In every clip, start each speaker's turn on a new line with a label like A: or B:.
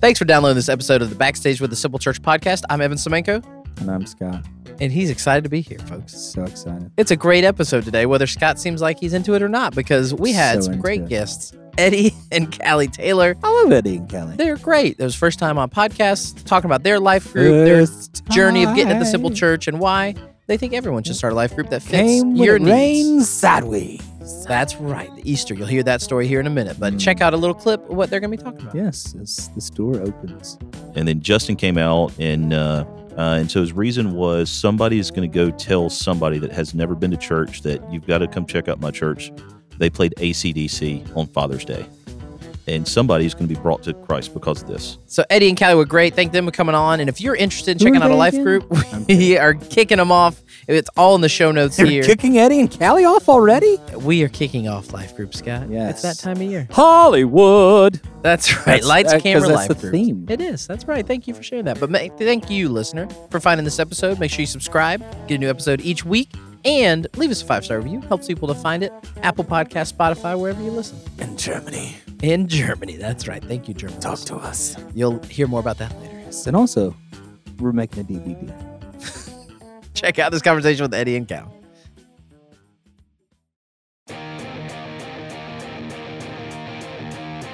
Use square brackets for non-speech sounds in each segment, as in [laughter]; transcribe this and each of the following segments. A: Thanks for downloading this episode of the Backstage with the Simple Church podcast. I'm Evan Semenko,
B: And I'm Scott.
A: and he's excited to be here, folks.
B: So excited.
A: It's a great episode today, whether Scott seems like he's into it or not, because we had
B: So
A: some
B: into
A: great
B: it.
A: guests Eddie [laughs] and Callie Taylor.
B: I love Eddie and Kelly.
A: They're great. It was first time on podcast, talking about their life group, their
B: First
A: journey of getting at the simple
B: time
A: church, and why they think everyone should start a life group that fits
B: Came when
A: your
B: it
A: needs.
B: rained sideways.
A: That's right, the Easter. You'll hear that story here in a minute, but
B: Mm.
A: check out a little clip of what they're going to be talking about.
B: Yes, it's, the store opens.
C: and then Justin came out and uh, uh, and so his reason was somebody is going to go tell somebody that has never been to church that you've got to come check out my church. They played ACDC on Father's Day, and somebody's going to be brought to Christ because of this.
A: So Eddie and Callie were great. Thank them for coming on. And if you're interested in
B: Who
A: checking
B: are
A: out a
B: they
A: life
B: again?
A: group, [laughs]
B: I'm
A: we are kicking them off. It's all in the show notes
B: They're
A: here.
B: kicking Eddie and Callie off already?
A: we are kicking off life group, Scott. It's
B: Yes.
A: that time of year.
B: Hollywood.
A: That's right.
B: That's-
A: Lights,
B: that- 'cause
A: camera,
B: that's
A: life
B: the
A: group.
B: theme.
A: It is. That's right. Thank you for sharing that. But ma- thank you, listener, for finding this episode. Make sure you subscribe. Get a new episode each week. And leave us a five star review. Helps people to find it. Apple Podcast, Spotify, wherever you listen.
B: In Germany.
A: In Germany. That's right. Thank you, Germany.
B: Talk to us.
A: You'll hear more about that later.
B: Yes, and also, we're making a DVD.
A: Check out this conversation with Eddie and Cal.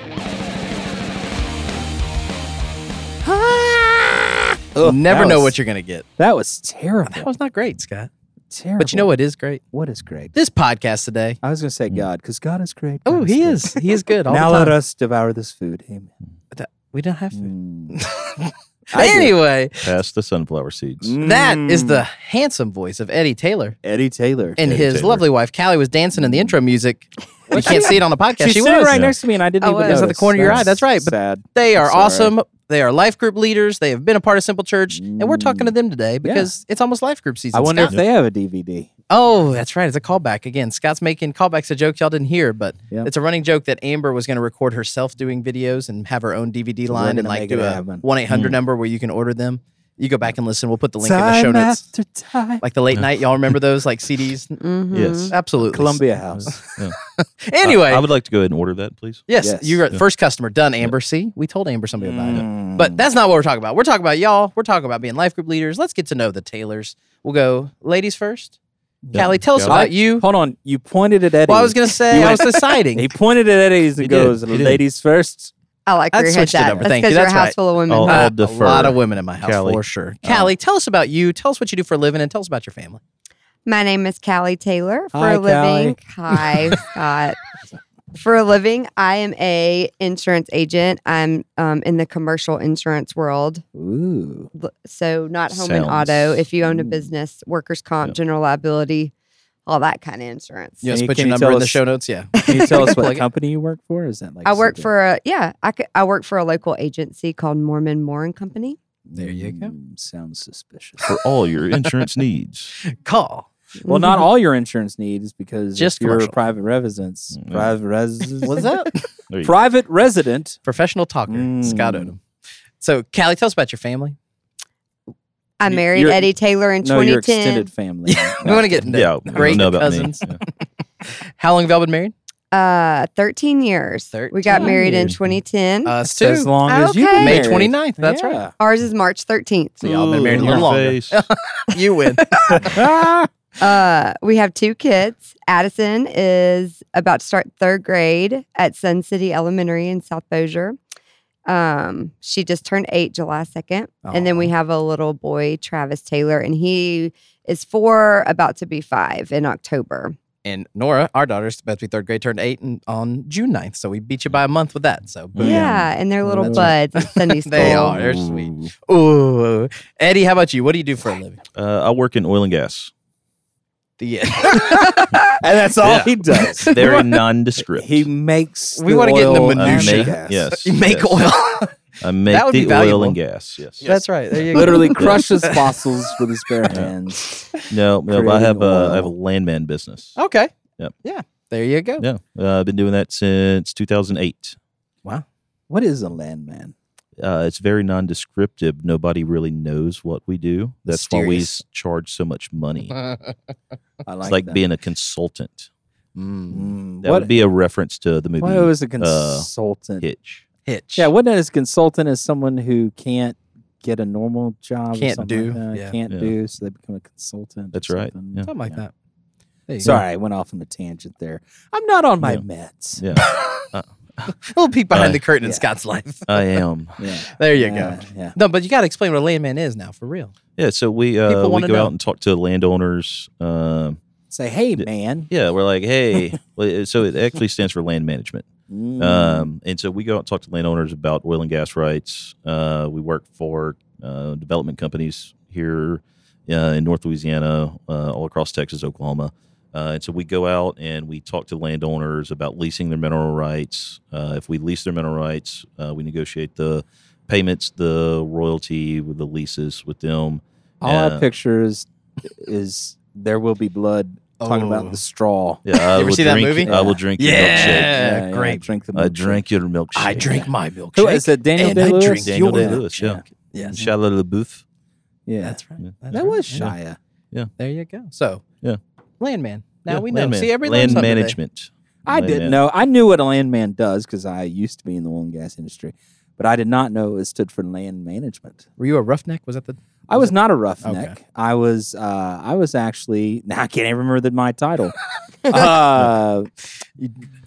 B: Ugh,
A: Ah! Never
B: that
A: know
B: was-
A: what you're going to get.
B: That was terrible.
A: That was not great, Scott.
B: terrible.
A: But you know what is great?
B: What is great?
A: This podcast today.
B: I was going to say God, because God is great.
A: Oh,
B: God
A: he
B: good.
A: is. He is [laughs] good uh, all
B: Now
A: the
B: let
A: time.
B: us devour this food. Amen.
A: We don't have to.
B: Mm. I do.
A: anyway,
C: Pass the sunflower seeds.
A: that is
B: Mm.
A: the handsome voice of Eddie Taylor.
B: Eddie Taylor.
A: And
C: Eddie
A: his
C: Taylor.
A: lovely wife, Callie, was dancing in the intro [laughs] music. you can't see it on the podcast.
B: She's
A: she
B: sitting
A: was.
B: right
C: Yeah.
B: next to me, and I didn't
A: Oh,
B: even
A: it was
B: notice.
A: at the corner of your eye. That's right, but-
B: Sad.
A: They are
B: It's all right.
A: awesome. They are life group leaders. They have been a part of Simple Church, and we're talking to them today because it's almost life group season.
B: Mm, I wonder
A: Scott.
B: if they have a DVD.
A: Oh, that's right. It's a callback again. Scott's making callbacks to jokes y'all didn't hear, but
B: Yep.
A: it's a running joke that Amber was going to record herself doing videos and have her own DVD line and
B: gonna
A: like
B: make
A: do
B: it
A: a
B: happen. Mm.
A: one eight hundred number where you can order them. You go back and listen. We'll put the link in the show
B: Time
A: notes.
B: after time.
A: Like the late night, y'all remember those like
B: [laughs]
A: CDs?
D: Mm-hmm.
C: Yes.
A: Absolutely.
B: Columbia [laughs] House.
A: Anyway,
C: I, I would like to go ahead and order that, please.
A: yes,
B: Yes.
A: you're
C: Yeah.
A: first customer done. Amber, see, we told Amber somebody about it.
B: Mm.
A: But that's not what we're talking about. We're talking about y'all. We're talking about being life group leaders. Let's get to know the Taylors. We'll go ladies first. Callie, tell us
C: Callie.
A: about you.
B: hold on, you pointed at Eddie.
A: Well, I was gonna say
B: You
A: I was
B: went-
A: deciding.
B: [laughs] He pointed at Eddie's
C: He
B: and
C: did.
B: goes,
C: He did.
B: "Ladies first.
D: I like
A: I'd
D: where your head
A: switched it
D: that.
A: over.
D: That's
A: Thank you.
D: because you're a
A: That's
D: house
A: right.
D: full of women.
C: Oh,
D: Huh.
C: I'll
A: Uh, a
C: defer.
A: lot of women in my house
C: Callie.
A: for sure.
B: Oh.
A: Callie, tell us about you. Tell us what you do for a living, and tell us about your family.
D: My name is Callie Taylor. For
B: Hi,
D: a living, [laughs] hi Scott. For a living, I am a insurance agent. I'm um, in the commercial insurance world,
B: Ooh,
D: L- so not home and
C: Sounds-
D: auto. If you own a
B: Mm.
D: business, workers comp,
C: Yeah.
D: general liability, all that kind of insurance.
A: Yes,
B: you-
A: put your
B: can you
A: number
B: tell
A: in the
B: us-
A: show notes.
B: [laughs]
A: Yeah,
B: can you tell
A: [laughs]
B: us
A: Plug
B: what
A: it.
B: company you work for? Is that like
D: I work
B: secret?
D: for a yeah. I, c- I work for a local agency called Mormon Moore and Company.
A: There you go.
B: Mm, Sounds suspicious.
C: For all your insurance needs.
A: call.
B: well, not all your insurance needs because
A: Just
B: if you're
A: commercial.
B: a private residence,
C: Mm.
B: private residence,
A: What's up?
C: There you
B: [laughs]
C: go.
B: private resident.
A: Professional talker, Scott
B: Mm.
A: Odom. So, Callie, tell us about your family.
D: I
B: you-
D: married
B: you're-
D: Eddie Taylor in
B: No, your
D: 2010.
B: extended family.
A: [laughs] We want to get into
C: Yeah, I
A: great
C: don't know about
A: cousins.
C: me.
A: How long have y'all been married?
D: Uh, 13 years. We got
A: 13
D: married in
C: years.
D: 2010.
A: Us
B: Mm, That's as long as you
D: Okay.
B: been
A: Uh, May
B: married.
A: 29th. That's right.
D: Ours is March 13th.
A: So y'all been married a
C: Ooh,
A: little
C: your
A: longer.
C: face.
A: You
B: [laughs]
A: win. [laughs]
B: right.
D: Uh, we have two kids. Addison is about to start third grade at Sun City Elementary in South Bossier. Um, she just turned eight July 2nd. And then we
B: Aw.
D: have a little boy, Travis Taylor, and he is four, about to be five in October.
A: and Nora, our daughter's about to be third grade, turned eight in, on June 9th. So we beat you by a month with that. So boom.
C: Mm.
D: Yeah. And they're little
B: That's
D: buds at Sunday
A: [laughs]
D: school.
A: They are. They're sweet. Ooh. Eddie, how about you? What do you do for a living?
C: Uh, I work in oil
A: [laughs]
C: and gas.
A: The
B: And that's all
C: Yeah.
B: he does.
C: Very nondescript.
B: he makes.
A: We
B: want
A: wanna
B: to
A: get into
C: I
A: minutia.
C: make,
B: Gas.
A: [laughs]
C: yes,
A: you make
C: yes.
A: oil.
C: I make
A: That would
C: the
A: be valuable.
C: oil and gas.
A: [laughs]
C: Yes.
A: That's right. There you go.
B: Literally
C: [laughs]
B: crushes fossils with his bare hands.
C: No, no. but I
B: Creating
C: have a,
B: oil.
C: I have a landman business.
A: Okay.
C: Yep.
A: Yeah. There you go.
C: Yeah, uh, I've been doing that since 2008.
A: Wow.
B: What is a landman?
C: Uh, it's very nondescriptive. Nobody really knows what we do. That's why we
A: Mysterious.
C: s- charge so much money.
B: I like
C: It's like
B: that.
C: being a consultant.
A: Mm.
B: Mm,
C: That
B: what
C: would be a reference to the movie uh,
B: why was a consultant?
C: Hitch.
A: hitch.
B: Yeah, wasn't it as consultant as someone who can't get a normal job? or
A: Can't
B: something
A: do,
B: like that,
A: yeah.
B: Can't
C: Yeah.
B: do. So they become a consultant. or
C: That's right,
B: something.
C: yeah.
A: something like that. There you go. [laughs]
B: Sorry, I went off on a tangent there. I'm not on my
C: Yeah.
B: meds.
C: Yeah,
A: a little peek behind
C: Uh,
A: the curtain in
B: yeah.
A: Scott's life.
C: I am.
B: Yeah.
A: [laughs] There you
B: Uh,
A: go.
B: Yeah.
A: No, but you got to explain what a landman is now for real.
C: Yeah, so we uh,
A: People
C: we
A: wanna
C: go
A: know.
C: out and talk to landowners. Um,
B: Say, hey,
C: Yeah.
B: man.
C: yeah, we're
A: [laughs]
C: like, hey, well, so it actually stands for land management.
B: Mm.
C: Um, and so we go out and talk to landowners about oil and gas rights. Uh, we work for uh, development companies here uh, in North Louisiana, uh, all across Texas, Oklahoma. Uh, and so we go out and we talk to landowners about leasing their mineral rights. Uh, if we lease their mineral rights, uh, we negotiate the payments, the royalty, with the leases with
A: [laughs]
C: them.
B: All
C: yeah.
B: I picture is, is there will be blood. Talking
A: Oh.
B: about the straw.
C: Yeah, I
A: You ever
C: will
A: see that
C: drink-
A: movie?
C: I will
B: Yeah.
C: drink your milkshake.
A: Yeah,
B: I
A: great.
B: drink the.
C: I
B: milkshake.
C: drink your milkshake.
A: I drink my milkshake.
B: Who is it? Daniel
A: and I
B: Day Lewis.
A: drink
C: Daniel
A: your
C: Day
A: milk.
C: Lewis. Yeah,
A: Yes,
C: Shia LaBeouf.
B: Yeah,
A: that's right.
C: Yeah.
A: That's
B: that
A: right.
B: was
C: Yeah.
B: Shia.
A: There you go. So
C: Yeah.
A: landman. Now
C: Yeah,
A: we know.
C: land man-
A: See, every
C: land management.
B: I
C: Land
B: didn't
C: man-
B: know. I knew what a landman does because I used to be in the oil and gas industry, but I did not know it stood for land management.
A: Were you a roughneck? Was that the?
B: I
A: Was
B: was
A: it-
B: not a roughneck. I was. Uh, I was actually. Now I can't even remember the,
A: [laughs]
B: my title. uh,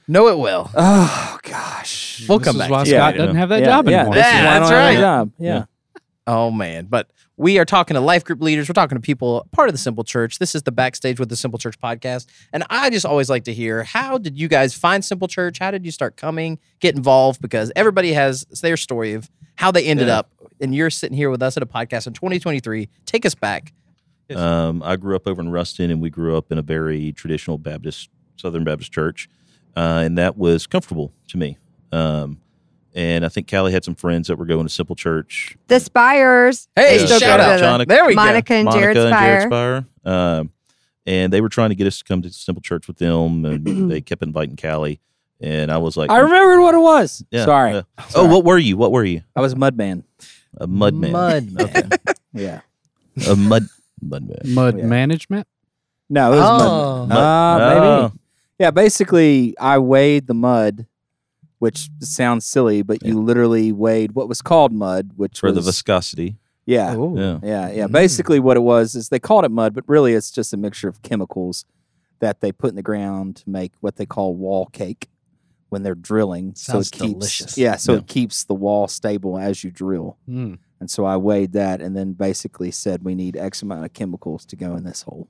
A: Know it well.
B: oh gosh.
A: We'll
E: this
A: come
E: is
A: back.
E: why
A: to
C: Yeah,
E: Scott
C: yeah.
E: doesn't have that
B: yeah,
E: job
B: yeah,
E: anymore.
B: this is
A: Yeah,
B: why I
A: that's
B: don't have a
A: right.
B: job. Yeah.
C: Yeah.
A: Oh man, but we are talking to life group leaders. We're talking to people part of the Simple Church. This is the backstage with the Simple Church podcast, and I just always like to hear how did you guys find Simple Church? How did you start coming, get involved? Because everybody has their story of how they ended
C: Yeah.
A: up, and you're sitting here with us at a podcast in 2023. Take us back.
C: Um, I grew up over in Ruston, and we grew up in a very traditional Baptist, Southern Baptist church, uh, and that was comfortable to me. Um, and I think Callie had some friends that were going to Simple Church.
D: The Spires.
A: Hey,
C: Yeah,
A: shout,
C: shout
A: out,
C: out, John.
A: There we
D: Monica and
C: Monica
D: Jared
C: and
D: Spire.
C: Jared Spire. Um, and they were trying to get us to come to Simple Church with
A: [clears throat]
C: them, and they kept inviting Callie. And I was like,
B: I remembered what it was.
C: yeah,
B: Sorry.
C: yeah. Oh, what were you? What were you?
B: I was Mudman.
C: A
A: go.
C: mud man. [laughs]
A: Mudman.
C: Okay.
B: Yeah.
C: a mud mud man.
E: Mud
B: Yeah.
E: management.
B: No, it was Mudman.
A: Oh.
C: Mud-
B: Ah,
C: Oh.
B: maybe. Yeah, basically, I weighed the mud, which sounds silly, but you literally weighed what was called mud, which
C: for
B: was
C: the viscosity.
B: yeah,
A: Ooh.
C: Yeah.
B: yeah, yeah.
A: Mm.
B: Basically, what it was is they called it mud, but really it's just a mixture of chemicals that they put in the ground to make what they call wall cake when they're drilling.
A: Sounds
B: so it keeps,
A: delicious.
B: Yeah, so
C: Yeah.
B: it keeps the wall stable as you drill.
E: Mm.
B: And so I weighed that, and then basically said we need X amount of chemicals to go in this hole.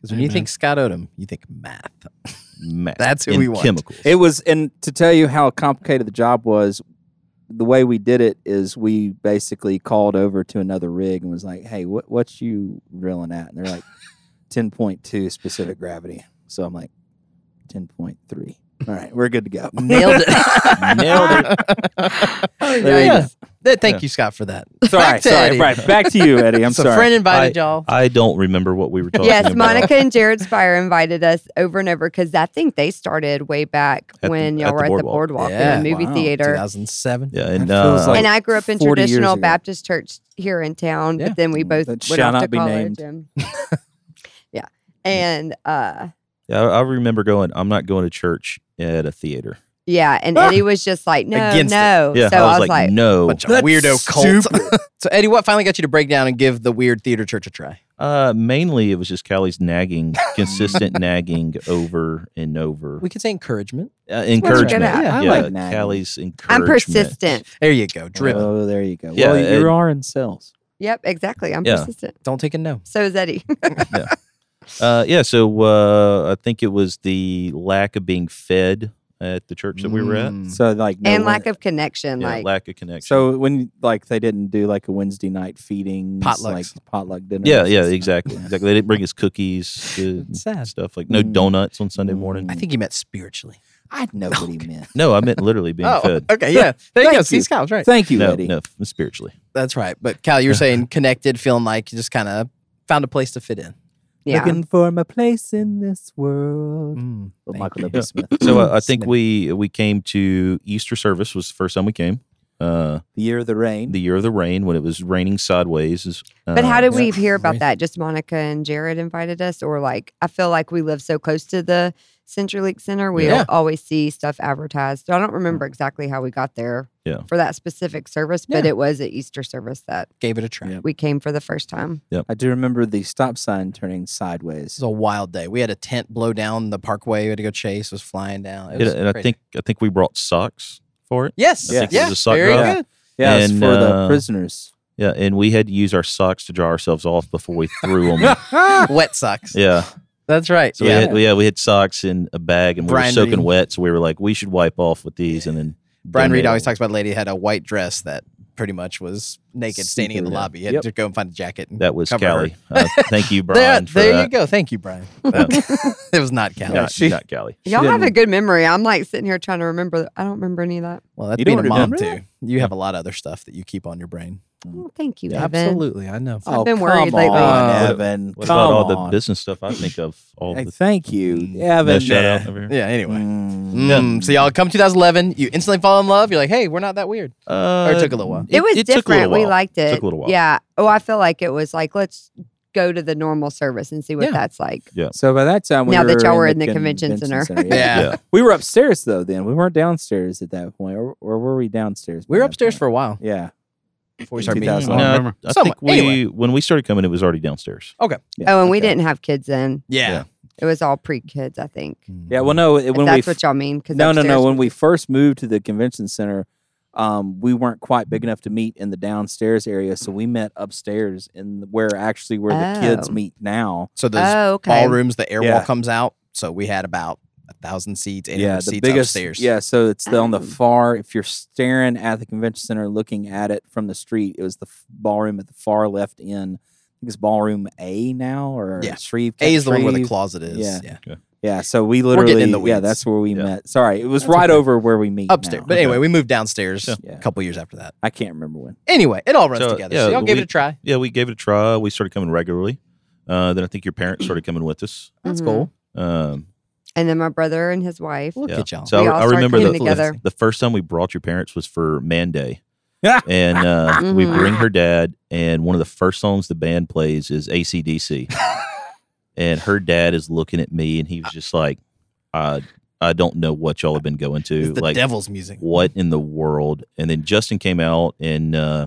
A: Because when you
E: Amen.
A: think Scott Odom, you think math.
C: Math
A: That's who
C: and
A: we want. [laughs]
C: Chemicals.
B: It was, and to tell you how complicated the job was, the way we did it is we basically called over to another rig and was like, "Hey, what what you drilling at?" And they're like, "10.2 specific gravity." So I'm like, "10.3." All right, we're good to [laughs] go.
A: Nailed
D: [laughs]
A: it.
B: [laughs]
C: Nailed
A: it.
B: There you go.
A: Thank
C: Yeah.
A: you, Scott, for that.
B: Sorry,
A: Back to
B: sorry.
A: Eddie.
B: Right, back to you, [laughs] Eddie. I'm
A: so
B: sorry.
A: friend invited y'all.
C: I don't remember what we were talking
D: Yes,
C: about.
D: Monica and Jared Spire invited us over and over because I think they started way back
C: At the-
D: when y'all
C: at the
D: were at the
C: boardwalk.
D: boardwalk
A: Yeah,
D: in the movie
B: wow,
D: theater.
A: 2007.
C: Yeah, and
B: That feels
C: uh,
B: like-
D: and I grew up in
B: 40 years
D: traditional
B: ago.
D: Baptist church here in town,
A: Yeah.
D: but then we
B: Mm,
D: both
B: that
D: went
B: shall
D: off to
B: not be
D: college.
B: named.
C: [laughs]
D: And, yeah, and uh,
C: yeah, I I remember going. I'm not going to church at a theater.
D: yeah, and Eddie was just like, no,
A: Against it.
D: no.
C: Ah! Yeah,
D: so
C: I, was like, no.
A: Bunch of weirdo
C: [laughs]
A: cult. so Eddie, what finally got you to break down and give the weird theater church a try?
C: Uh, mainly, it was just Callie's nagging, consistent nagging over and over.
A: We could say encouragement.
C: Uh,
D: what you're good
C: encouragement.
D: at.
C: Yeah,
B: I like nagging.
C: Callie's encouragement.
D: I'm persistent.
A: There you go. Driven.
C: Uh,
B: Oh, there you go.
C: Yeah,
B: well,
C: and-
B: you are in sales.
D: Yep, exactly. I'm
C: Yeah.
D: persistent.
A: Don't take a no.
D: So is Eddie.
C: Uh, yeah. So uh, I think it was the lack of being fed at the church that we were at.
A: Mm.
B: So like, no
D: and
B: one-
D: lack of connection.
C: Yeah,
D: like,
C: lack of connection.
B: So when like they didn't do like a Wednesday night feeding
A: Potlucks.
B: like potluck dinner.
C: yeah, yeah, exactly, exactly. They didn't bring us cookies,
B: [laughs]
C: uh,
A: It's sad.
C: stuff like no
B: Mm.
C: donuts on Sunday morning.
A: I think he meant spiritually.
B: I know what he meant.
C: No, I meant literally being
A: oh,
C: fed.
A: okay. [laughs] Yeah. There you go.
B: Thank
A: See,
B: you.
A: Scott's right.
B: Thank you,
C: No,
B: Eddie.
C: no, spiritually.
A: That's right. But Cal, you were
C: [laughs]
A: saying connected, feeling like you just kind of found a place to fit in.
D: yeah.
B: Looking for my place in this world. Well,
A: Thank
B: Michael
A: you.
B: W. Smith.
C: [laughs]
A: Mm,
C: So uh, I, I think
B: Smith.
C: we we came to Easter service was the first time we came. Uh,
B: the year of the rain.
C: the year of the rain when it was raining sideways. Is, uh,
D: But how did we
A: yeah.
D: hear about
A: Right.
D: that? Just Monica and Jared invited us, or like I feel like we live so close to the CenturyLink Center, we
A: Yeah.
D: always see stuff advertised. So I don't remember exactly how we got there.
C: Yeah.
D: for that specific service, but
A: Yeah.
D: it was an Easter service that
A: Gave it a try.
B: Yeah.
D: we came for the first time.
B: I do remember the stop sign turning sideways.
A: This is a wild day. We had a tent blow down the parkway. We had to go chase. It was flying down. It
C: And-
A: was
C: and I
A: crazy.
C: think I think we brought socks for it.
A: yes,
C: I
A: yeah,
C: think it was a sock
A: very
C: drive.
A: good.
B: Yeah, it's
C: And,
B: for the
C: uh,
B: prisoners.
C: Yeah, and we had to use our socks to dry ourselves off before we threw
A: [laughs]
C: them.
A: Wet socks.
C: yeah,
A: That's right.
C: so
A: yeah.
C: We had, yeah, we had socks in a bag, and we
A: Brian
C: were soaking
A: Reed.
C: wet. So we were like, we should wipe off with these, and then
A: Brian Reed
C: donate
A: always
C: them.
A: talks about a lady had a white dress that pretty much was naked, standing in the
B: Super, yeah.
A: lobby. You had
B: Yep.
A: to go and find a jacket. And
C: That was
A: cover her.
C: Callie. Uh, thank
A: [laughs]
C: you,
A: There,
C: Brian. for
A: there you
C: that.
A: go. Thank you, Brian. [laughs] it was not Callie.
C: Not,
B: she-
C: not Callie.
B: She
D: Y'all have a
B: didn't-
D: good memory. I'm like sitting here trying to remember. I don't remember any of that.
A: Well, that's
B: You
A: being a
B: don't
A: mom
B: remember
A: too. You have a lot of other stuff that you keep on your brain.
D: Oh, thank you, Evan.
A: Absolutely, I know.
D: I've been worried
B: Oh, come
D: lately.
B: on,
A: Uh,
B: Evan.
C: What
B: come
C: about all the
B: on.
C: business stuff I think of? All
B: Hey,
C: the
B: thank you,
C: no
B: Evan. [laughs]
C: shout out over here.
A: [laughs] Yeah. Anyway.
B: Mm.
A: Mm, So y'all come 2011, you instantly fall in love. You're like, hey, we're not that weird.
C: Uh,
A: Or it took a little while.
D: It, was
C: took a
D: different.
C: little
D: We
C: while.
D: liked it.
C: Took a little while.
D: Yeah. Oh, I feel like it was like let's go to the normal service and see what
A: Yeah.
D: that's like.
B: So by that time, we
D: Now
B: were
D: that y'all were in the convention
B: Yeah. [laughs]
A: Yeah.
B: we were upstairs though. Then we weren't downstairs at that point, or, or were we downstairs? by
A: We were
B: that
A: upstairs
B: point?
A: for a while
B: yeah.
A: before we started
B: Yeah.
A: meeting.
B: I don't
C: No,
E: remember.
C: I
A: Somewhat.
C: think we
A: Anyway.
C: when we started coming, it was already downstairs.
B: yeah,
D: oh, and we
B: okay.
D: didn't have kids then.
A: Yeah.
D: It was all pre kids, I think.
B: Yeah, well, no, it-
D: If
B: when we f-
D: that's what y'all mean. 'cause
B: no, no,
D: upstairs-
B: no. When we first moved to the convention center, um, we weren't quite big enough to meet in the downstairs area, so we met upstairs in the- where actually where the kids
D: Oh.
B: meet now.
A: So there's
D: Oh, okay.
A: ballrooms, the airwall
B: Yeah.
A: comes out. So we had about a thousand seats, eight hundred
B: yeah, the
A: seats
B: biggest.
A: upstairs.
B: Yeah, so it's the, on the
D: Oh.
B: far. If you're staring at the convention center, looking at it from the street, it was the f- ballroom at the far left end. I think it's ballroom A now, or
A: Yeah.
B: Shreve.
A: A is the one where the
B: Shreve.
A: closet is.
B: Yeah.
A: yeah.
B: Yeah, so we
A: getting in
B: literally.
A: the
B: yeah,
A: weeds.
B: that's where we
C: Yeah.
B: met. Sorry, it was
A: That's
B: right
A: okay.
B: over where we meet
A: Upstairs.
B: now.
A: But anyway, we moved downstairs
B: Yeah.
A: a couple years after that.
B: I can't remember when.
A: Anyway, it all runs
C: So,
A: together.
C: yeah,
A: so y'all gave
C: we-
A: it a try.
C: Yeah, we gave it a try. We started coming regularly. Uh, then I think your parents started coming with us.
A: That's
D: Mhm.
A: cool.
C: Um,
D: And then my brother and his wife.
A: Look
C: Yeah.
A: at y'all.
C: so
D: We
C: I,
D: all
C: I
D: started
C: remember the,
D: coming
C: the
D: together.
C: the first time we brought your parents was for Man
A: [laughs]
C: Day, and uh, we
D: Mhm.
C: bring her dad, and one of the first songs the band plays
A: [laughs]
C: is ACDC, and her dad is looking at me, and he was just like, "I I don't know what y'all have been going to."
A: it's the
C: like,
A: devil's
C: [laughs]
A: music.
C: what in the world? And then Justin came out and uh,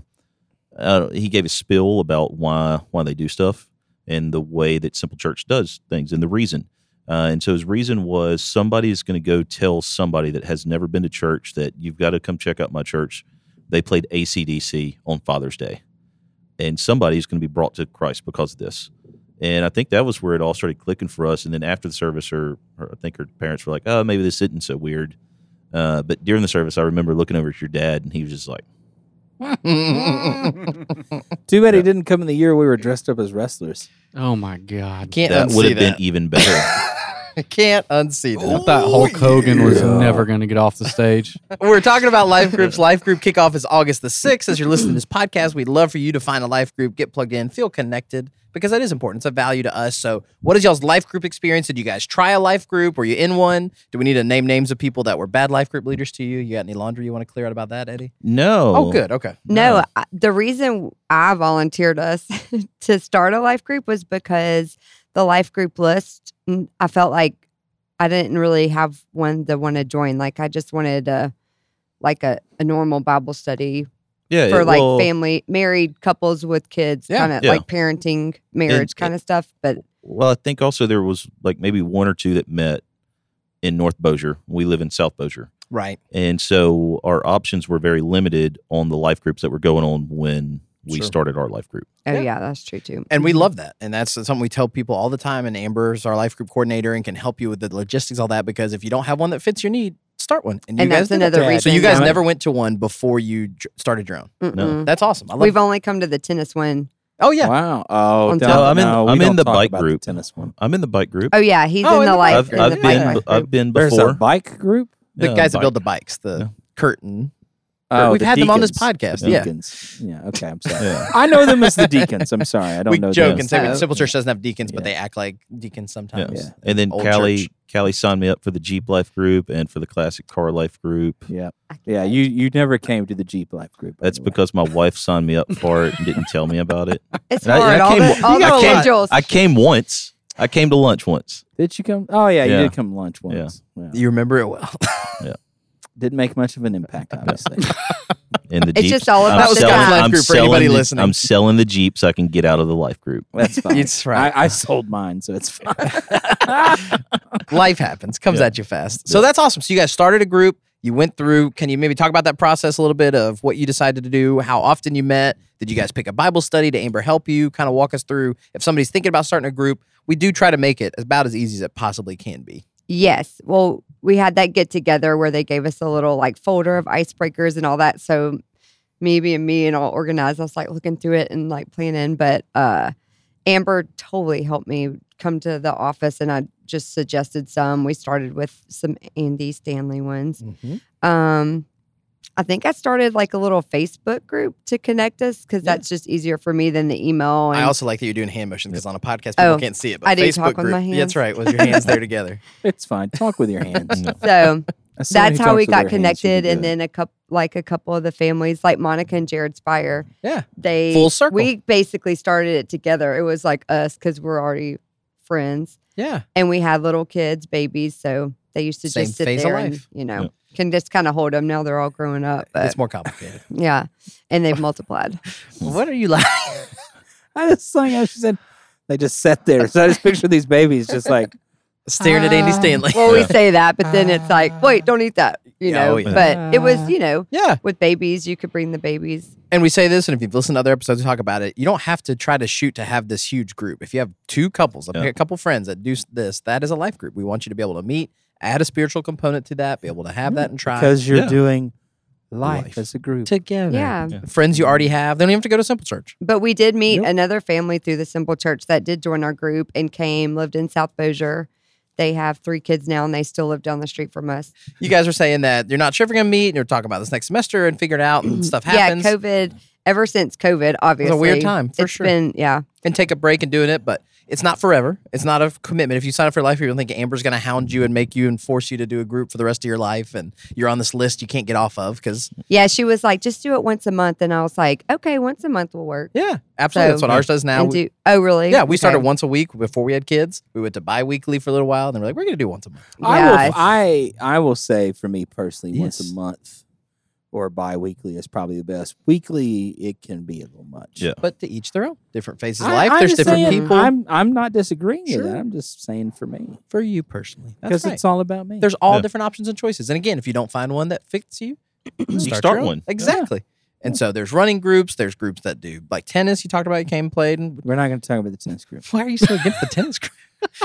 C: uh, he gave a spill about why why they do stuff and the way that Simple Church does things and the reason. Uh, and so his reason was somebody is going to go tell somebody that has never been to church that you've got to come check out my church. They played ACDC on Father's Day, and somebody's going to be brought to Christ because of this. And I think that was where it all started clicking for us. And then after the service, her, her I think her parents were like, "Oh, maybe this isn't so weird." Uh, but during the service, I remember looking over at your dad, and he was just like,
B: Too bad he
C: Yeah.
B: didn't come in the year we were dressed up as wrestlers.
E: Oh my god.
A: Can't
C: "That would
A: unsee
C: have been
A: that.
C: even
A: [laughs]
C: better."
A: Can't unsee
E: I
A: that.
E: thought Hulk Hogan was
B: yeah.
E: never going to get off
A: [laughs]
E: the stage.
A: We're talking about life groups.
C: [laughs]
A: Life group kickoff is August the 6th. As you're listening to this podcast, we'd love for you to find a life group, get plugged in, feel connected, because that is important. It's a value to us. So, what is y'all's life group experience? Did you guys try a life group? Were you in one? Do we need to name names of people that were bad life group leaders to you? You got any laundry you want to clear out about that, Eddie?
C: No,
A: Oh, good. Okay.
D: No, I, the reason I volunteered us [laughs] to start a life group was because the life group list, mm, I felt like I didn't really have one that want to join. Like I just wanted a like a, a normal Bible study
C: yeah,
D: for
C: it-
D: like
C: well,
D: family married couples with kids,
A: Yeah,
D: kind of
C: yeah.
D: like parenting, marriage
C: it-
D: kind of stuff. But
C: Well, I think also there was like maybe one or two that met in North Bossier. We live in South Bossier,
A: Right.
C: and so our options were very limited on the life groups that were going on when we
A: Sure.
C: started our life group.
D: oh
A: Yeah.
D: yeah, that's true too. Mm-hmm.
A: And we love that. And that's something we tell people all the time. And Amber's our life group coordinator and can help you with the logistics, all that, because if you don't have one that fits your need, start one. you
D: And
A: guys
D: that's
A: did that.
D: another
B: Yeah,
A: So,
D: reason.
A: you guys
D: why-
A: never went to one before you j- started your own.
D: Mm-mm.
A: That's awesome. I love
D: Mm-hmm. We've only come to the tennis one.
A: Oh, yeah.
B: Wow. Oh,
D: On
B: don't-
D: top-
C: I'm in-
B: no, we
C: I'm
B: don't
C: in the
B: talk
C: bike
B: about
C: group.
B: tennis one.
C: I'm in the bike group.
D: Oh yeah, he's
A: Oh,
D: in
A: in
D: the
A: the life
D: life. in
C: I've,
A: group.
D: the
C: I've
D: bike
C: been
D: life group.
C: I've been
B: There's a
C: before.
B: bike group.
A: the
C: Yeah,
A: guys that
C: bike.
A: build the bikes, the
C: Yeah.
A: curtain.
C: Oh,
A: We've had them on this podcast,
B: The
A: Oh, yeah.
B: Deacons. Yeah. Okay. I'm
A: [laughs]
B: sorry.
C: Yeah.
B: I know them as the deacons. I'm sorry. I don't
A: We
B: know.
A: joke
B: them.
A: and say
D: Oh,
A: the Simple Church doesn't have deacons, but
B: Yeah.
A: they act like deacons sometimes.
B: Yeah.
C: And then
A: Old
C: Callie,
A: church.
C: Callie signed me up for the Jeep Life group and for the Classic Car Life group.
B: Yeah. Yeah. You you never came to the Jeep Life group. by
C: That's
B: the way.
C: because my wife signed me up for it and didn't tell me about it.
D: It's
C: And I-
D: hard.
C: I
D: all
C: came-
D: the, all
C: you
D: the
C: got a lot.
D: schedules.
C: [laughs] I came once. I came to lunch once.
B: did you come? Oh yeah, you
C: Yeah.
B: did come lunch once. Yeah.
A: You remember it well.
C: Yeah.
B: Didn't make much of an
A: [laughs]
B: impact, obviously.
C: in the
D: It's
C: Jeep.
D: just all
C: I'm
D: about the
C: selling-
D: guy.
A: Life
C: I'm
A: group for
C: selling
A: anybody
C: the-
A: listening.
C: I'm selling the Jeep so I can get out of the life group.
B: That's fine.
A: It's [laughs] right.
B: I, I sold mine, so it's fine. [laughs]
A: Life happens, comes
C: Yeah.
A: at you fast. So that's awesome. So you guys started a group. You went through. Can you maybe talk about that process a little bit of what you decided to do, how often you met? Did you guys pick a Bible study? Did Amber help you? Kind of walk us through. If somebody's thinking about starting a group, we do try to make it about as easy as it possibly can be.
D: Yes. Well, we had that get together where they gave us a little like folder of icebreakers and all that. So me being me and all organized, I was like looking through it and like planning. But uh Amber totally helped me come to the office and I just suggested some. We started with some Andy Stanley ones.
A: Mm-hmm.
D: Um I think I started like a little Facebook group to connect us because
A: Yeah.
D: that's just easier for me than the email. And
A: I also like that you're doing hand motions because on a podcast people
D: Oh,
A: can't see it. But
D: I do
A: Facebook
D: talk with
A: group,
D: my
A: That's
D: hands.
A: right. Was your hands
D: [laughs]
A: there together?
B: It's fine. Talk with your hands.
C: No.
D: so
A: [laughs]
B: As someone
D: that's
B: who
D: how
B: talks
D: we
B: with their hands, you
D: got
B: can
D: connected
B: do
D: and
B: it.
D: then a couple like a couple of the families like monica and jared spire
A: Yeah.
D: they
A: Full circle.
D: we basically started it together it was like us because we're already friends
A: Yeah.
D: and we had little kids babies so they used to
A: Same
D: just sit
A: phase of
D: there and
A: life.
D: you know
C: Yeah.
D: can just kind of hold them now they're all growing up but
A: it's more complicated.
D: yeah and they've multiplied
A: [laughs] what are you like?
B: [laughs] I just like how she said they just sat there. So I just picture these babies
A: [laughs]
B: just like
A: Staring at Andy
B: Ah.
A: Stanley.
D: Uh, well we
C: Yeah.
D: say that but then it's like wait don't eat that you
A: Ah. Yeah,
D: know
A: oh, yeah.
D: but it was you know
A: yeah.
D: with babies you could bring the babies
A: and we say this, and if you've listened to other episodes, we talk about it. You don't have to try to shoot to have this huge group. If you have two couples, a,
C: Yeah.
A: a couple friends that do s- this, that is a life group. We want you to be able to meet, add a spiritual component to that, be able to
D: Mm,
A: have that and try
B: because you're
C: Yeah.
B: doing life,
C: Life.
B: as a group.
A: together.
D: yeah
A: friends you already have. They don't even have to go to simple church.
D: But we did meet
B: Yep.
D: another family through the Simple Church that did join our group and came, lived in South Bossier. They have three kids now and they still live down the street from us.
A: You guys were saying that you're not sure if you're gonna meet, and you're talking about this next semester and figure it out,
D: [clears throat]
A: and stuff happens.
D: Yeah, COVID, ever since COVID, obviously.
A: time, for
D: it's
A: sure.
D: been, yeah.
A: and take a break and doing it, but it's not forever. It's not a commitment. If you sign up for a life group, you think Amber's going to hound you and make you and force you to do a group for the rest of your life, and you're on this list you can't get off of because
D: Yeah, she was like, just do it once a month. And I was like, okay, once a month will work.
A: yeah, absolutely, that's what
D: So-
A: ours does now.
D: and
A: We-
D: do, oh, really?
A: yeah, we started
D: Okay.
A: once a week before we had kids. We went to bi-weekly for a little while, and then we're like, we're going to do once a month.
B: I will,
D: Yeah,
B: I I will say for me personally, once
A: Yes.
B: a month or bi-weekly is probably the best. Weekly, it can be a little much.
C: Yeah.
A: But to each their own. Different phases of
B: I-
A: life.
B: I'm
A: There's
B: just
A: different
B: saying,
A: people
B: I'm I'm not disagreeing with
A: Sure.
B: that. I'm just saying for me
A: for you personally. That's
B: because
A: right.
B: it's all about me.
A: There's all
C: Yeah.
A: different options and choices. And again, if you don't find one that fits you,
C: [clears throat] You
A: your
C: start
A: own.
C: one.
A: exactly. And so there's running groups. There's groups that do like tennis. You talked about you came and played, and
B: We're not going to talk about the tennis group.
A: Why are you so against the tennis group? [laughs]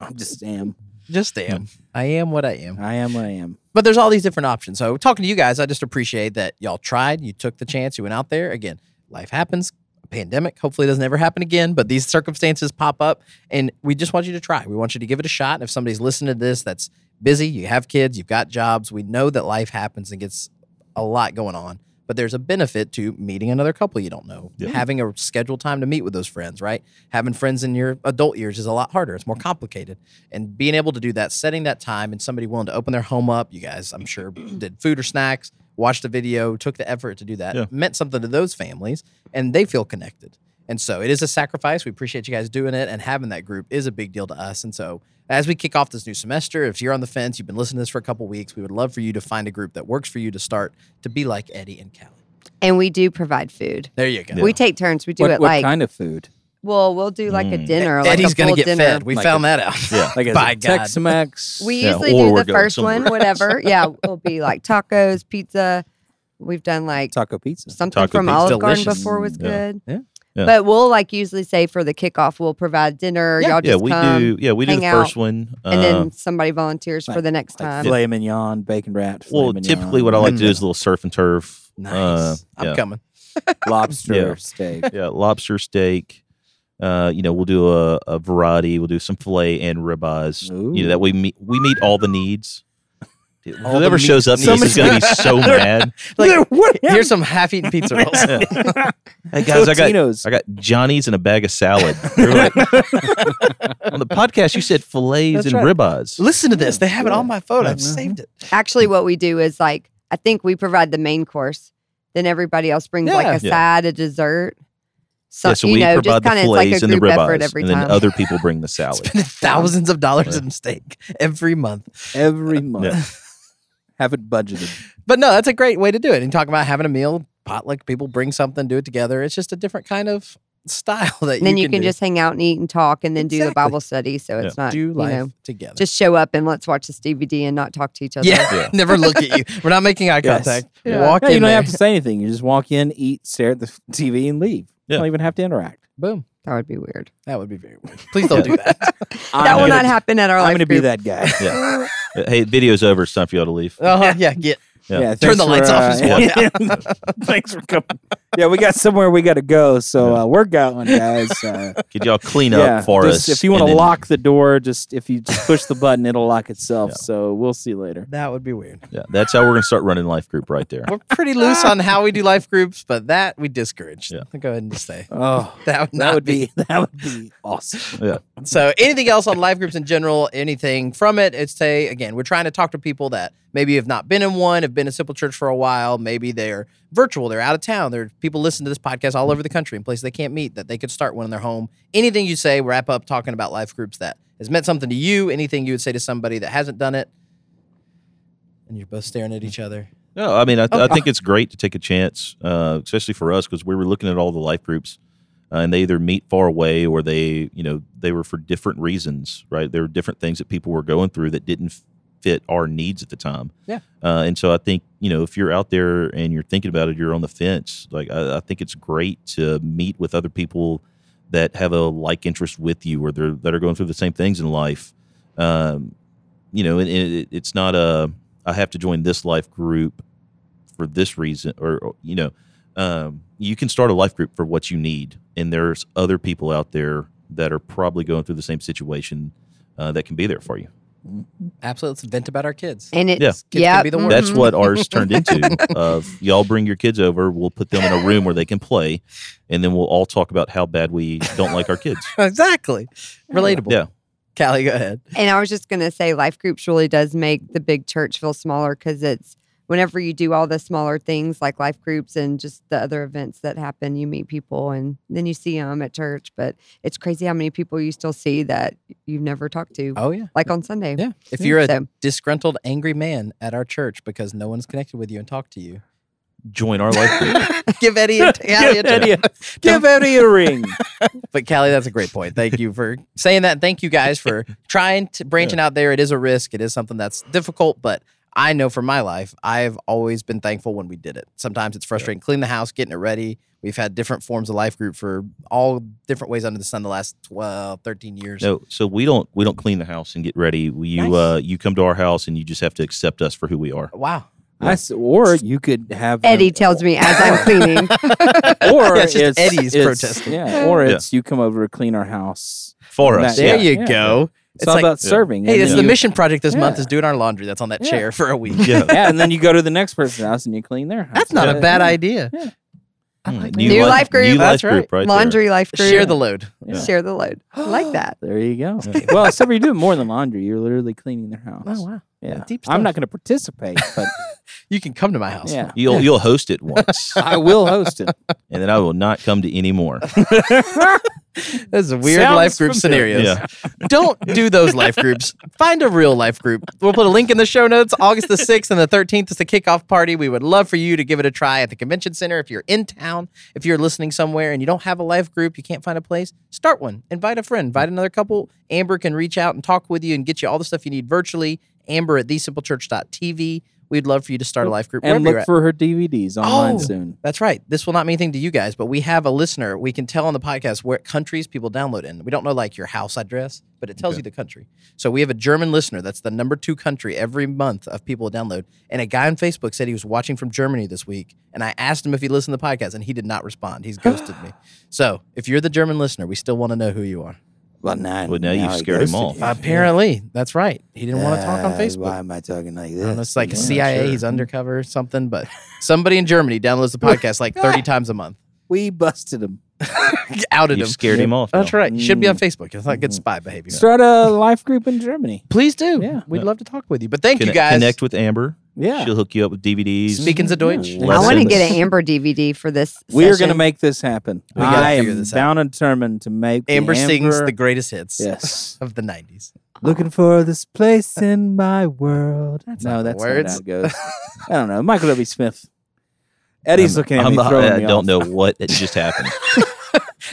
B: I'm just am.
A: Just am. I am what I am.
B: I am what I am.
A: But there's all these different options. So talking to you guys, I just appreciate that y'all tried. You took the chance. You went out there. Again, life happens. A pandemic hopefully doesn't ever happen again. But these circumstances pop up, and we just want you to try. We want you to give it a shot. And if somebody's listening to this, that's busy. You have kids. You've got jobs. We know that life happens and gets a lot going on. But there's a benefit to meeting another couple you don't know,
C: Yeah.
A: having a scheduled time to meet with those friends, right? Having friends in your adult years is a lot harder. It's more complicated. And being able to do that, setting that time and somebody willing to open their home up, you guys, I'm
C: [clears throat]
A: sure, did food or snacks, watched the video, took the effort to do that,
C: Yeah.
A: meant something to those families, and they feel connected. And so it is a sacrifice. We appreciate you guys doing it and having that group is a big deal to us. And so as we kick off this new semester, if you're on the fence, you've been listening to this for a couple weeks, we would love for you to find a group that works for you to start to be like Eddie and Callie.
D: And we do provide food.
A: There you go.
C: Yeah.
D: We take turns. We do
B: what
D: it
B: what
D: like,
B: kind of food?
D: well, we'll do like a
C: Mm.
D: dinner. like
A: E-, Eddie's
D: going to
A: get
D: dinner.
A: fed. We
B: Like
A: found
B: a-
A: that out.
C: Yeah.
B: Like is
A: By
B: it
A: God.
B: Tex-Mex.
D: We
C: Yeah,
D: usually
C: or
D: do
C: we're
D: the
C: going
D: first one,
C: somewhere.
D: whatever.
A: [laughs]
D: Yeah, it'll be like tacos, pizza. We've done like
B: taco pizza.
D: something
C: Taco
D: from
C: pizza.
D: Olive Garden
A: Delicious.
D: before was
C: Yeah.
D: good.
A: Yeah.
C: Yeah.
D: But we'll like usually say for the kickoff, we'll provide dinner.
A: Yeah.
D: Y'all
C: Yeah,
D: just
C: we
D: come,
C: do. Yeah, we do
D: hang
C: the first
D: out,
C: one.
D: and
C: uh,
D: then somebody volunteers for
B: like-
D: the next
B: like
D: time.
B: filet mignon, bacon wrapped. filet
C: well,
B: mignon,
C: typically what
B: [laughs]
C: I like to do
A: Mm.
D: [laughs]
C: is a little surf and turf.
A: Nice.
C: Uh,
A: [laughs] I'm
C: yeah.
A: coming.
B: lobster
C: Yeah.
B: [laughs] steak.
C: yeah, lobster steak. Uh, you know, we'll do a, a variety. We'll do some fillet and ribeyes. You know that we meet we meet all the needs. Dude,
A: All the
C: Whoever
A: meat-
C: shows up to this is going to
D: [laughs]
C: be so mad.
A: Like,
B: [laughs]
A: here's some half-eaten pizza
D: [laughs]
A: rolls.
C: [laughs] Yeah. Hey guys, I got
B: Totino's.
C: I got Johnny's and a bag of salad. They were
D: [laughs]
C: like- on the podcast, you said fillets
A: That's
C: and
A: right.
C: ribeyes.
A: Listen to this. They have it on my phone. I've
B: Yeah.
A: saved it. [laughs]
D: Actually, what we do is like I think we provide the main course, then everybody else brings
A: Yeah.
D: like a
C: Yeah.
D: side, a dessert. So,
C: yeah, so
D: you
C: we
D: know, just
C: provide the
D: kind of
C: fillets
D: like a
C: and the
D: group effort
C: ribeyes,
D: every
C: and then
D: time.
C: other people
D: [laughs]
C: bring the salad. [laughs]
A: Spending thousands of dollars in steak every month.
B: every month. haven't budgeted.
A: But no, that's a great way to do it. And talk about having a meal, potluck, people bring something, do it together. It's just a different kind of style [laughs] that
D: And then
A: you
D: you can
A: do.
D: just hang out and eat and talk and then do the
A: Exactly.
D: Bible study. So it's not,
A: do
D: you
A: life
D: know,
A: together. [laughs]
D: just show up and let's watch this DVD and not talk to each other.
A: yeah,
C: Yeah.
A: [laughs] never look at you. We're not making eye
B: Yes.
A: contact.
D: Yeah.
A: Walk
B: Yeah,
A: in
B: you don't
A: there.
B: have to say anything. You just walk in, eat, stare at the [laughs] f- TV, and leave.
C: Yeah.
B: You don't even have to interact.
A: Boom.
D: That would be weird.
A: That would be very weird. Please don't do that.
D: that will
C: gonna-
D: not happen at our
B: I'm
D: life
B: going to
D: group.
B: be that guy.
C: Yeah. Uh, hey, video's over. It's time for y'all to leave.
A: Uh-huh, yeah, get
B: [laughs]
C: Yeah.
A: Turn
B: thanks uh,
A: the lights off as well.
B: [laughs] yeah. thanks for coming. Yeah, we got somewhere we got to go, so
C: Yeah.
B: uh, we're going, guys.
C: [laughs]
B: Uh,
C: Could y'all clean up
B: yeah,
C: for
B: just-
C: us?
B: If you want
C: and
B: to
C: then-
B: lock the door, just if you just push the button, it'll lock itself.
C: [laughs] Yeah.
B: So we'll see you later.
A: That would be weird.
C: Yeah, that's how we're gonna start running life group right there.
A: We're pretty loose on how we do life groups, but that we discourage.
C: Yeah.
A: Go ahead and just say
B: Oh,
A: that would
B: that
A: not
B: would
A: be.
B: be [laughs] that would be awesome.
A: So anything else on life groups in general, anything from it, it's say again, we're trying to talk to people that maybe have not been in one, have been in simple church for a while, maybe they're virtual, they're out of town, there are people listen to this podcast all over the country in places they can't meet that they could start one in their home. Anything you say, wrap up talking about life groups that has meant something to you, anything you would say to somebody that hasn't done it. And you're both staring at each other.
C: No, I mean, I, I think it's great to take a chance, uh, especially for us because we were looking at all the life groups, uh, and they either meet far away or they, you know, they were for different reasons, right? There were different things that people were going through that didn't f- fit our needs at the time.
A: Yeah.
C: uh, and so I think you know if you're out there and you're thinking about it, you're on the fence. Like I, I think it's great to meet with other people that have a like interest with you or they're that are going through the same things in life. Um, you know, and it, it's not a I have to join this life group for this reason or, or, you know um, you can start a life group for what you need and there's other people out there that are probably going through the same situation uh, that can be there for you
A: Absolutely. Let's vent about our kids. [laughs]
D: And it's,
C: Yeah.
A: Kids can
D: yep,
A: be the worst.
C: that's
D: mhm.
C: what ours turned into of y'all bring your kids over we'll put them in a room where they can play and then we'll all talk about how bad we don't like our kids
A: exactly. Relatable.
C: Yeah.
A: Callie, go ahead.
D: And I was just going to say, life groups really does make the big church feel smaller because it's whenever you do all the smaller things like life groups and just the other events that happen, you meet people and then you see them at church. But it's crazy how many people you still see that you've never talked to,
C: Uh,
A: Oh yeah.
D: like on Sunday.
A: Yeah. If you're a [laughs]
D: So,
A: disgruntled, angry man at our church because no one's connected with you and talked to you.
C: join our life group
A: [laughs] Give Eddie and Callie a
B: give Eddie,
A: try. [laughs]
B: a, give Eddie a ring.
A: But Callie, that's a great point. Thank you for saying that. Thank you guys [laughs] for trying to branching out there. It is a risk. It is something that's difficult, but I know for my life, I've always been thankful when we did it. Sometimes it's frustrating cleaning the house, getting it ready. We've had different forms of life group for all different ways under the sun the last 12, 13 years.
C: no so we don't we don't clean the house and get ready We- you
A: Nice.
C: uh, you come to our house and you just have to accept us for who we are
A: Wow.
B: [laughs] I s- or you could have an-
D: Eddie tells me as I'm
C: [laughs]
D: cleaning.
A: [laughs]
B: or
A: Yeah, it's just
B: it's
A: Eddie's
B: it's-
A: protesting.
B: Yeah, or
C: Yeah.
B: it's you come over to clean our house.
C: for us
B: That-
A: There
C: yeah.
A: you
B: yeah.
A: go.
B: It's,
A: It's
B: all
A: like-
B: about
C: Yeah.
B: serving.
A: Hey,
B: and
A: it's
B: then
A: the
B: you-
A: mission project this month
B: Yeah.
A: is doing our laundry that's on that
B: Yeah.
A: chair for a week.
C: yeah.
B: [laughs] Yeah, and then you go to the next person's house and you clean their
A: [laughs]
B: house.
A: That's not
B: Yeah.
A: a bad idea.
C: Mm,
D: New life group.
C: New
A: That's
C: life group right there.
D: Laundry life group.
A: Share the load.
C: Yeah.
D: Share the load. I
C: [gasps]
D: like that.
B: There you go. well, except for you're doing more than laundry. You're literally cleaning their house.
A: wow.
B: Yeah.
A: Deep
B: I'm
A: stuff.
B: not going to participate,
A: [laughs]
B: but
A: You can come to my house.
B: yeah,
C: You'll you'll host it once,
B: I will host [laughs] it.
C: and then I will not come to any more.
A: This is a weird
B: Sounds
A: life group
B: familiar.
A: scenarios. [laughs] Don't do those life groups. Find a real life group. We'll put a link in the show notes. August the 6th and the 13th is the kickoff party. We would love for you to give it a try at the convention center if you're in town. If you're listening somewhere and you don't have a life group, you can't find a place, start one. Invite a friend, invite another couple. Amber can reach out and talk with you and get you all the stuff you need virtually. Amber at thesimplechurch.tv. We'd love for you to start a life group.
B: And
A: wherever
B: look
A: you're at.
B: for her DVDs online
A: Oh.
B: soon.
A: That's right. This will not mean anything to you guys, but we have a listener. We can tell on the podcast where countries people download in. We don't know like your house address, but it tells you the country. So we have a German listener. That's the number two country every month of people download. And a guy on Facebook said he was watching from Germany this week. And I asked him if he listened to the podcast, and he did not respond. He's ghosted
B: [gasps]
A: me. So if you're the German listener, we still want to know who you are.
B: Well, now,
C: Well, now you've
B: I
C: scared him
B: ghosted
C: off.
B: you.
A: Apparently, that's right. He didn't want to talk on
B: Uh,
A: Facebook.
B: am I talking like
A: I don't know, it's like
B: Yeah,
A: a CIA,
B: sure.
A: he's undercover or something, but somebody in Germany downloads the
B: [laughs]
A: podcast like 30 times a month.
B: We busted him.
A: Outed
C: You've
A: him.
C: scared him off.
A: That's
C: now.
A: right. You should be on
B: Mm.
A: Facebook. It's not good
B: Mhm.
A: spy behavior.
B: Start a life group in Germany.
A: Please do.
B: Yeah.
A: We'd love to talk with you. But thank you
C: Connect,
A: guys.
C: connect with Amber.
B: Yeah.
C: She'll hook you up with DVDs.
B: Mm-hmm.
A: Speaking to Deutsch.
C: Lessons.
D: I want to get an Amber DVD for this.
B: We are going to
D: session.
B: make this happen.
A: We gotta
B: I
A: figure
B: am
A: this out.
B: bound and determined to make the [laughs]
A: Amber sings
B: Amber-
A: the greatest hits
B: Yes.
A: of the 90s.
B: Looking for this place in my world. no,
A: not the
B: that's
A: words.
B: not how it goes. I don't know. Michael W. Smith. Eddie's looking at
C: I'm
B: me,
C: not-
B: throwing
C: I
B: me
C: don't
B: off.
C: know what it just happened.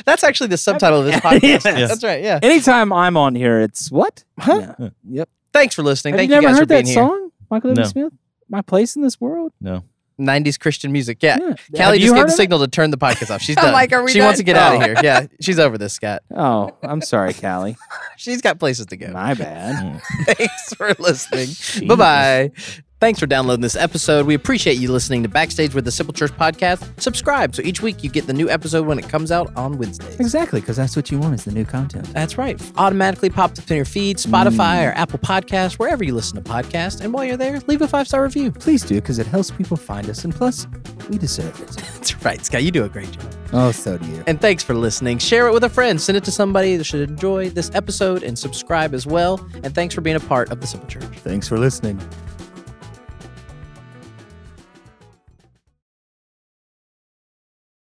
A: That's actually the subtitle of this podcast.
B: Yes.
A: That's right. Yeah.
B: Anytime I'm on here, it's what?
A: Huh?
B: Yeah. Yep.
A: Thanks for listening.
B: Have
A: Thank
B: you
A: you,
B: never
A: guys for
B: heard
A: being
B: that
A: here.
B: song, Michael W.
C: No.
B: Smith? My place in this world.
C: No.
A: 90s Christian music. Yeah.
B: Have
A: Callie just gave
B: you heard
A: the
B: of it?
A: signal to turn the podcast off. She's
D: I'm
A: done.
D: like, are we
A: she wants to
D: done?
A: get out of
B: Oh.
A: here. Yeah. She's over this, Scott.
B: Oh, I'm sorry, Callie.
A: [laughs] She's got places to go.
B: My bad.
A: Thanks for listening. Bye bye. Thanks for downloading this episode. We appreciate you listening to Backstage with the Simple Church podcast. Subscribe so each week you get the new episode when it comes out on Wednesdays.
B: Exactly, because that's what you want is the new content.
A: That's right. Automatically popped up in your feed, Spotify or Apple Podcasts, wherever you listen to podcasts. And while you're there, leave a five star review. [laughs]
B: Please do, because it helps people find us, and plus, we deserve it.
A: That's right, Scott. You do a great job.
B: Oh, so do you.
A: And thanks for listening. Share it with a friend. Send it to somebody that should enjoy this episode and subscribe as well. And thanks for being a part of the Simple Church.
B: Thanks for listening.